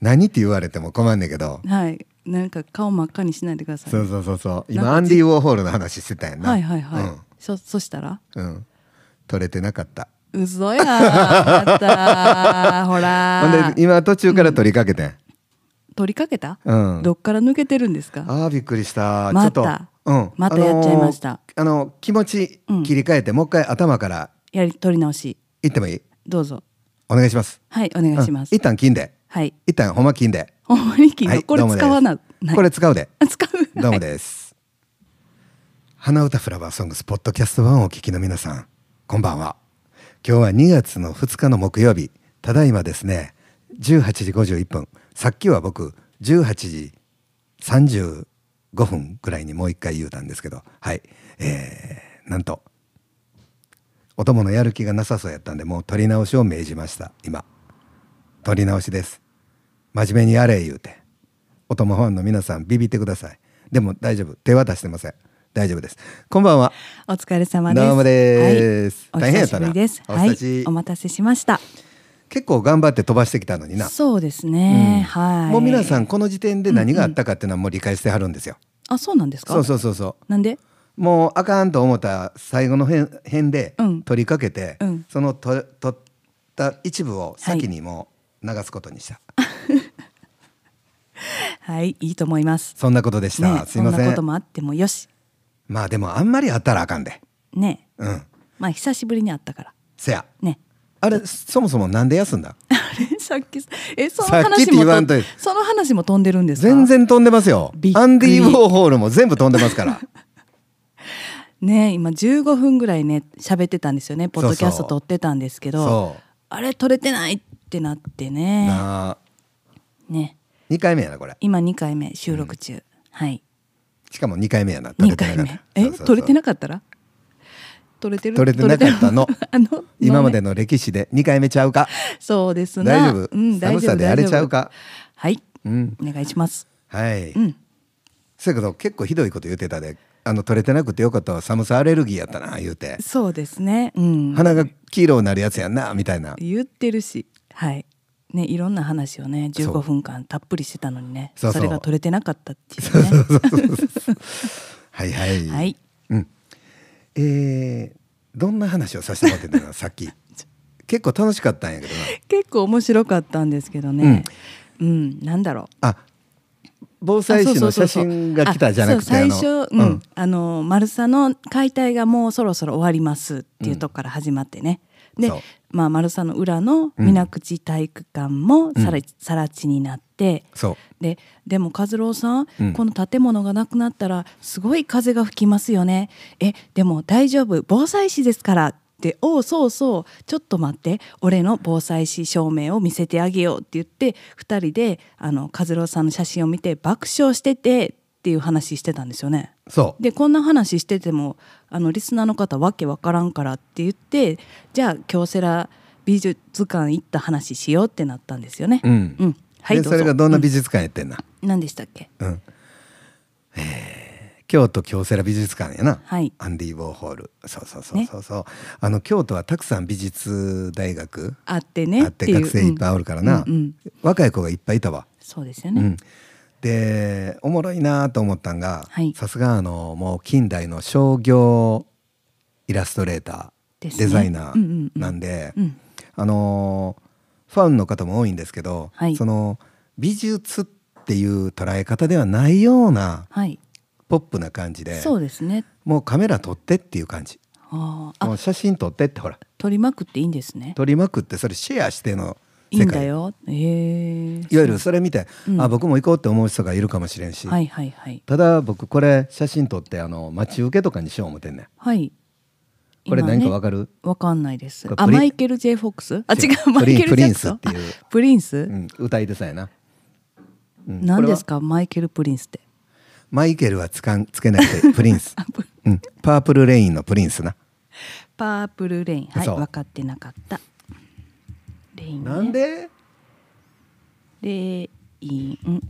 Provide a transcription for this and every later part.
何って言われても困んねんけどはいなんか顔真っ赤にしないでくださいそうそうそうそう今アなんかンディ・ウォーホールの話してたやんなはいはいはい、そそしたらうん、うん、取れてなかった嘘やんやったーほほんらでー今途中から取りかけてん取りかけた、うんどっから抜けてるんですかあーびっくりしたまちょったと、うん、またやっちゃいましたあのーあのー気持ちうん切り替えて、もう一回頭からやり取り直しいってもいいどうぞお願いしますはいお願いします、うん一旦金ではい一旦ほんま金でほんまに金、はいこれどうもです使わなないこれ使うであ 使う どうもはいです、花歌フラワーソングスポッドキャスト版をお聞きの皆さんこんばんは今日は2月の2日の木曜日ただいまですね18時51分さっきは僕18時35分ぐらいにもう一回言うたんですけどはいえー、なんとお供のやる気がなさそうやったんでもう取り直しを命じました今取り直しです真面目にやれ言うてお供ファンの皆さんビビってくださいでも大丈夫手は出してません大丈夫ですこんばんはお疲れ様ですどうもですはい、大お変や久っしたぶなりですおは久いしお待たせしました結構頑張って飛ばしてきたのになそうですうんね、はいもう皆さんこの時点で何があったかっていうのはもう理解してはるんですよ、あそうなんですかそうそうそうそうなんでもうあかんと思った最後の辺辺でうん取りかけて、うんそのと取った一部を先にもう流すことにした、はいいいと思いますそんなことでした、ねすいまそんせなんこともあってもよしまあでもあんまりあったらあかんでねうんまあ久しぶりに会ったからせやねあれそもそもなんで休んだあれさっきえそのさっきっ話ても言わんととその話も飛んでるんですか全然飛んでますよびっくりアンディ・ウォーホールも全部飛んでますからね今15分ぐらいね喋ってたんですよねポッドキャスそうトそ撮うってたんですけ どそあれ撮れてないってなってうねなあね2回目やなこれ今2回目収録中、はいしかも2回目やな2回目え撮れてなかったそうそうそうかったら撮れてる撮れてなかったの撮れてる あの 今まのねでの歴史で2回目ちゃうかそうですね。大丈夫うん、大丈夫寒さで大丈夫荒れちゃうかはい、うんお願いします。はい、うん、そやけど結構ひどいこと言ってたであの取れてなくてよかったわ寒さアレルギーやったな言うてそうですね。うん、鼻が黄色になるやつやんなみたいな言ってるし、はい。ね、いろんな話をね、15分間たっぷりしてたのにね、そうそそうれが取れてなかったっていうね。はいはい、はい、うんえー、どんな話をさせてもらってたのさっ き結構楽しかったんやけどな結構面白かったんですけどね。うん、なんだろう。あ防災士の写真が来たじゃなくてああそうの最初、うんうんあの丸さの解体がもうそろそろ終わりますっていうとこから始まってね、でそう、まあ、丸さの裏の水口体育館もさうら,、んさら地になってそうででも和郎さん、うんこの建物がなくなったらすごい風が吹きますよねえでも大丈夫防災士ですからっておうそうそうちょっと待って俺の防災士証明を見せてあげようって言って2人であの和郎さんの写真を見て爆笑しててっていう話してたんですよね。そうでこんな話しててもあのリスナーの方わけわからんからって言ってじゃあ京セラ美術館行った話しようってなったんですよね。うんうん、はいでどうぞそれがどんな美術館やってんな、何でしたっけうんえー京都京セラ美術館やな、はいアンディ・ウォーホールそうそうそうそうそう、あの京都はたくさん美術大学あってねあって学生いっぱいおるからな、うんうんうん若い子がいっぱいいたわ、そうですうよね、ん、でおもろいなと思ったんがはいさすがあのもう近代の商業イラストレーター、ですねデザイナうんうんーうんなんで、うんあのーファンの方も多いんですけど、はいその美術っていう捉え方ではないようなはいポップな感じでそうですねもうカメラ撮ってっていう感じあーもあう写真撮ってってほら取りまくっていいんですね撮りまくってそれシェアしてのいい世んだ界よへえいわゆるそれ見て、うんあ僕も行こうって思う人がいるかもしれんし、はいはいはいただ僕これ写真撮ってあの待ち受けとかにしよう思てんねんはいこれ今ね何かわかる、わかんないですこれあプリンマイケル J フォックスあ違う違うマイケル・プジリャンクソンプリンスっていうあプリンス、うん、歌い手さんやな、うん何ですこかマイケル・プリンスってれはマイケルはつかんつけなくてプリンス あプうん、パープルレインのプリンスな、パープルレインはいそう分かってなかったレイン、ね、なんでレイン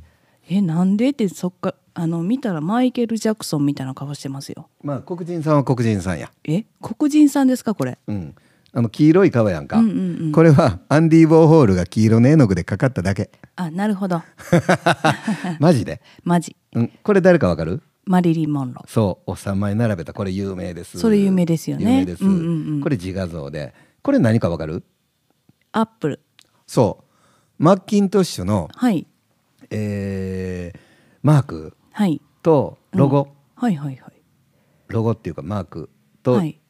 えなんでってそっかあの見たらマイケル・ジャクソンみたいな顔してますよまあ黒人さんは黒人さんやえ黒人さんですかこれうんあの黄色い川やんか、うんうんうんこれはアンディ・ウォーホールが黄色の絵の具でかかっただ け あなるほどマジで、マジうん、これ誰かわかるマリリン・モンローそうお三枚並べたこれ有名ですそれ有名ですよ有ね名です、うんうんうんこれ自画像でこれ何かわかるアップルそうマッキントッシュの、はいえーマークはいとロゴ、はいはいはいロゴっていうかマークとはい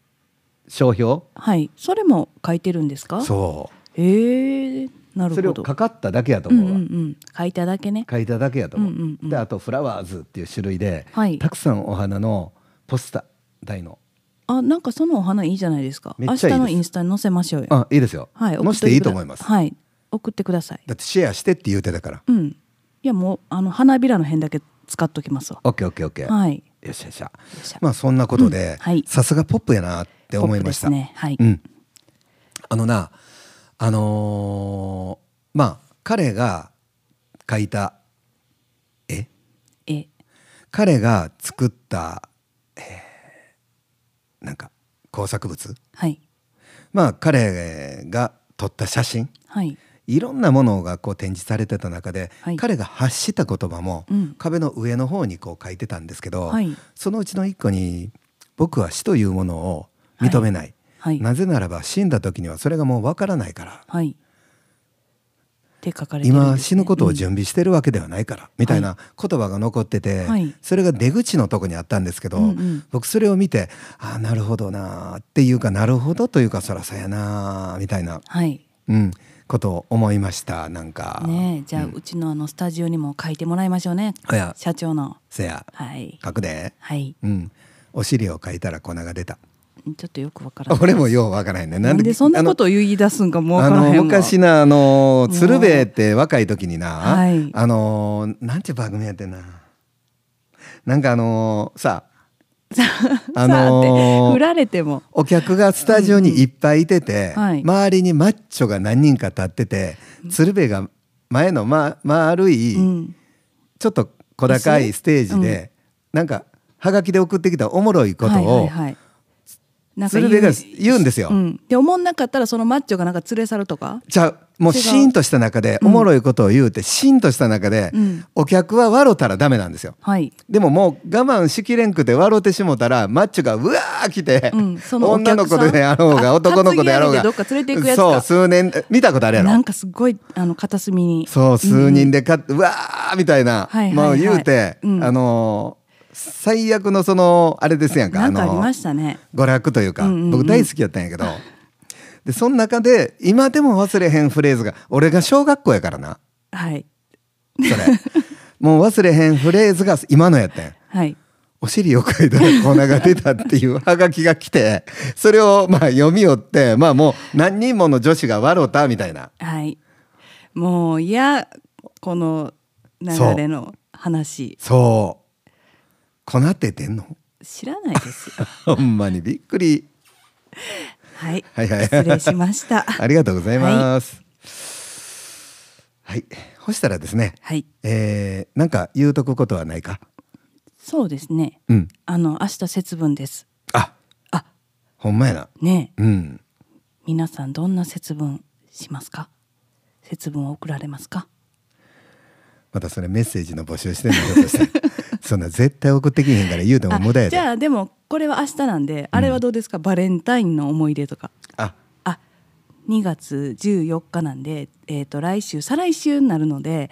商標、はいそれも書いてるんですかそへえなうるそれほをどかかっただけやとうん思ううわ、んうん書いただけね書いただけやと思う,、うんうんうんであとフラワーズっていう種類で、はいたくさんお花のポスター大のあなんかそのお花いいじゃないですかめっちゃいいです明日のインスタに載せましょうよあいいですよ、はい載せていいと思います、送ってくだはい送ってくださいだってシェアしてって言うてたからうんいやもうあの花びらの辺だけ使っときますわオッケーオッケーオッケー、はいよっしゃよっしゃよっしゃまあそんなことで、うんはいさすがポップやなって思いました、ポップですねはいうん、あのなあのーまあ彼が描いた絵え彼が作った、えーなんか工作物はいまあ彼が撮った写真はいいろんなものがこう展示されてた中で、はい彼が発した言葉もうん壁の上の方にこう書いてたんですけど、はいそのうちの一個に「僕は死というものを認めない」はいなぜならば死んだ時にはそれがもうわからないから、はいって書かれてるんですね、今死ぬことをうん準備してるわけではないから、みたいな言葉が残ってて、はいそれが出口のとこにあったんですけど、うんうん僕それを見てああなるほどなーっていうかなるほどというかそらそうやなーみたいな、はいうん、ことを思いましたなんか。ねえじゃあ、うちのあのスタジオにも書いてもらいましょうねあや社長のせやはい書くで、はいうん、お尻を書いたら粉が出たちょっとよくわからない俺もようわからへんねなんでそんなことを言い出すんかもうわからへんあわの昔なあの鶴瓶って若い時にな、はいあのなんていう番組やってんななんかあのさあ さあっのて振られてもお客がスタジオにいっぱいいてて、うんうんはい周りにマッチョが何人か立ってて鶴瓶が前の、ま、丸い、うんちょっと小高いステージで、なんかはがきで送ってきたおもろいことはいをはいはいなんか鶴瓶が言うんですよ。うん、で思んなかったらそのマッチョがなんか連れ去るとかじゃあもう違うシーンとした中でおもろいことを言うて、シーンとした中で、うんお客は笑うたらダメなんですよ。はいでももう我慢しきれんくて笑うてしもたらマッチョがうわー来て、うんそのお客女さんの子であろうがあ男の子であろうが担ぎ上げてどっか連れて行くやつかそう数年見たことあるやろなんかすごいあの片隅にそう数人でか、うわーみたいな、はいはいはいまあ言うて、うんあのー最悪のそのあれですやんかなんかありのーましたね娯楽というか、うんうんうん僕大好きやったんやけどでその中で今でも忘れへんフレーズが俺が小学校やからなはいそ れもう忘れへんフレーズが今のやったんやはいお尻をかいたら粉が出たっていうハガキが来てそれをまあ読み寄ってまあもう何人もの女子が笑うたみたいなはいもういやこの流れの話そう粉って出んの 知らないですよほんまにびっくりはい、 はいはい失礼しました ありがとうございますはい、そしたらですねはいえー、なんか言うとくことはないかそうですねうんあの明日節分ですああほんまやなねえうん皆さんどんな節分しますか節分を送られますかまたそれメッセージの募集してるのとしてそんな絶対送ってきへんから言うてもあ無駄やじであゃあでもこれは明日なんで、あれはどうですかバレンタインの思い出とかあ2月14日なんで、えー、と来週再来週になるので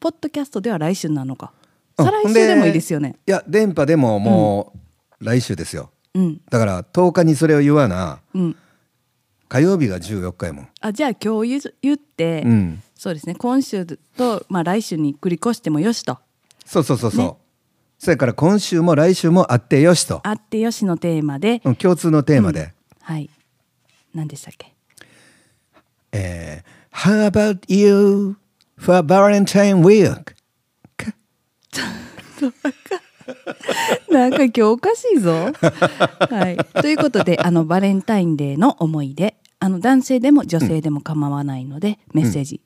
ポッドキャストでは来週になるのかあ再来ほん週でもいいですよねいや電波でももう来週ですよ、うんだから10日にそれを言わなうん火曜日が14日やもんあじゃあ今日言う言って、うんそうですね今週と、まあ、来週に繰り越してもよしとそうそうそうそう、ねそれから今週も来週もあってよしとあってよしのテーマで、うん共通のテーマで、はい何でしたっけえー、How about you for Valentine Week? なんか今日おかしいぞ。 はい、ということであのバレンタインデーの思い出あの男性でも女性でも構わないので、メッセージ、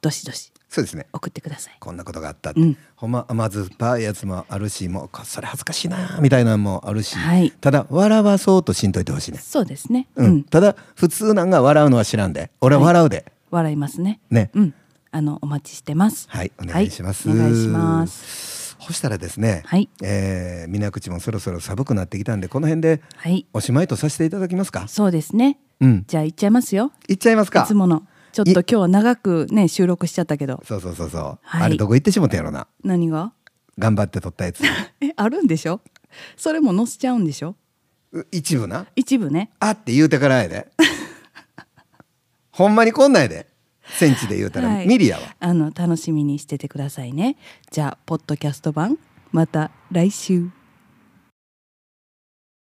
どしどしそうですね送ってください。こんなことがあったって、うんほんま甘酸っぱいやつもあるしもうこそれ恥ずかしいなみたいなのもあるし、はいただ笑わそうとしんといてほしいね、そうですね。ううんん、ただ普通なんが笑うのは知らんで俺は笑うで、笑いますね。ねうん、あのお待ちしてます。はいお願いします、はい、お願いします。そしたらですね、はいえー、皆口もそろそろ寒くなってきたんでこの辺ではい、おしまいとさせていただきますかそうですね。うんじゃあ行っちゃいますよ。行っちゃいますかいつもの。ちょっと今日は長くね収録しちゃったけど、そうそうそうそう、はいあれどこ行ってしもたんやろな何が？ 頑張って撮ったやつえあるんでしょ？それも載せちゃうんでしょ？う一部な一部ね。あって言うてからやでほんまにこんなんやでセンチで言うたら、はいミリやわあの楽しみにしててくださいね。じゃあポッドキャスト版また来週。